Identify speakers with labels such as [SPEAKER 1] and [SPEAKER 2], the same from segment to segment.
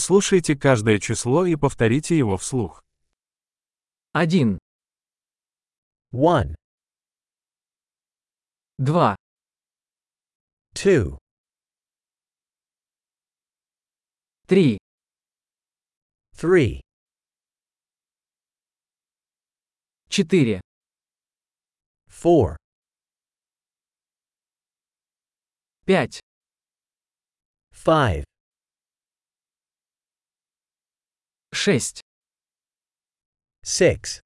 [SPEAKER 1] Прослушайте каждое число и повторите его вслух.
[SPEAKER 2] Один,
[SPEAKER 3] 1,
[SPEAKER 2] два,
[SPEAKER 3] 2,
[SPEAKER 2] три,
[SPEAKER 3] 3,
[SPEAKER 2] четыре,
[SPEAKER 3] 4,
[SPEAKER 2] пять,
[SPEAKER 3] 5,
[SPEAKER 2] шесть,
[SPEAKER 3] 6,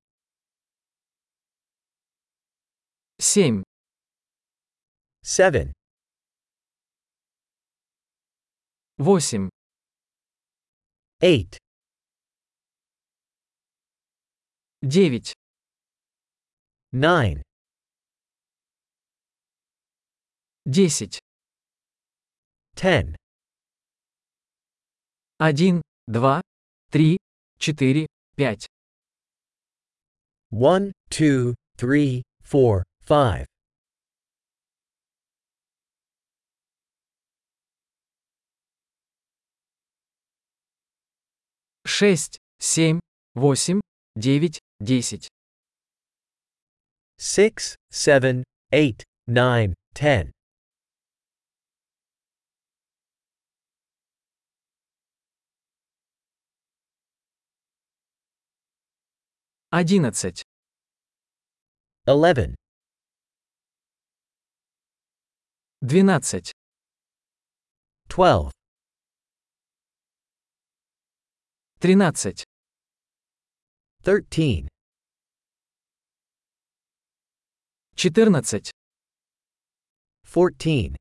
[SPEAKER 2] семь,
[SPEAKER 3] 7,
[SPEAKER 2] восемь,
[SPEAKER 3] 8,
[SPEAKER 2] девять,
[SPEAKER 3] 9,
[SPEAKER 2] десять,
[SPEAKER 3] 10,
[SPEAKER 2] один, два, три, четыре, пять,
[SPEAKER 3] 1, 2, 3, 4, 5,
[SPEAKER 2] шесть, семь, восемь, девять, десять,
[SPEAKER 3] 6, 7, 8, 9, 10,
[SPEAKER 2] одиннадцать,
[SPEAKER 3] 11,
[SPEAKER 2] двенадцать,
[SPEAKER 3] 12,
[SPEAKER 2] тринадцать,
[SPEAKER 3] 13,
[SPEAKER 2] четырнадцать,
[SPEAKER 3] 14,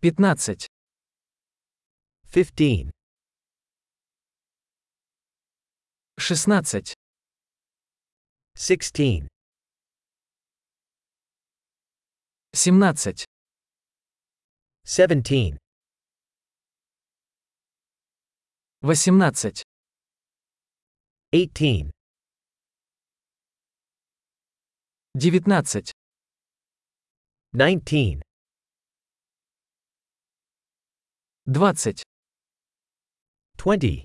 [SPEAKER 2] пятнадцать,
[SPEAKER 3] 15,
[SPEAKER 2] шестнадцать,
[SPEAKER 3] 16,
[SPEAKER 2] семнадцать,
[SPEAKER 3] 17,
[SPEAKER 2] восемнадцать,
[SPEAKER 3] 18,
[SPEAKER 2] девятнадцать,
[SPEAKER 3] 19,
[SPEAKER 2] двадцать,
[SPEAKER 3] 20,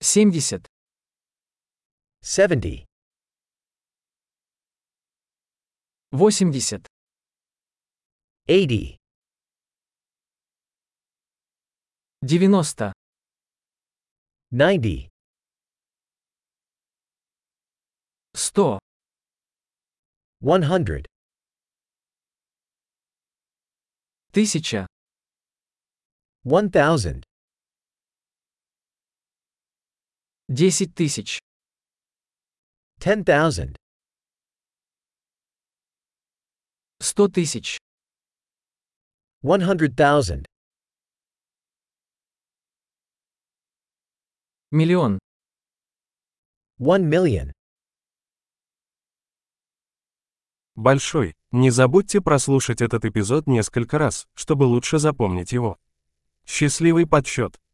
[SPEAKER 2] семьдесят,
[SPEAKER 3] 70,
[SPEAKER 2] восемьдесят,
[SPEAKER 3] 80,
[SPEAKER 2] девяносто,
[SPEAKER 3] 90,
[SPEAKER 2] сто,
[SPEAKER 3] 100,
[SPEAKER 2] тысяча,
[SPEAKER 3] 1000,
[SPEAKER 2] десять тысяч,
[SPEAKER 3] 10,000,
[SPEAKER 2] сто тысяч,
[SPEAKER 3] 100,000,
[SPEAKER 2] миллион,
[SPEAKER 3] 1 million.
[SPEAKER 1] Большой. Не забудьте прослушать этот эпизод несколько раз, чтобы лучше запомнить его. Счастливый подсчет!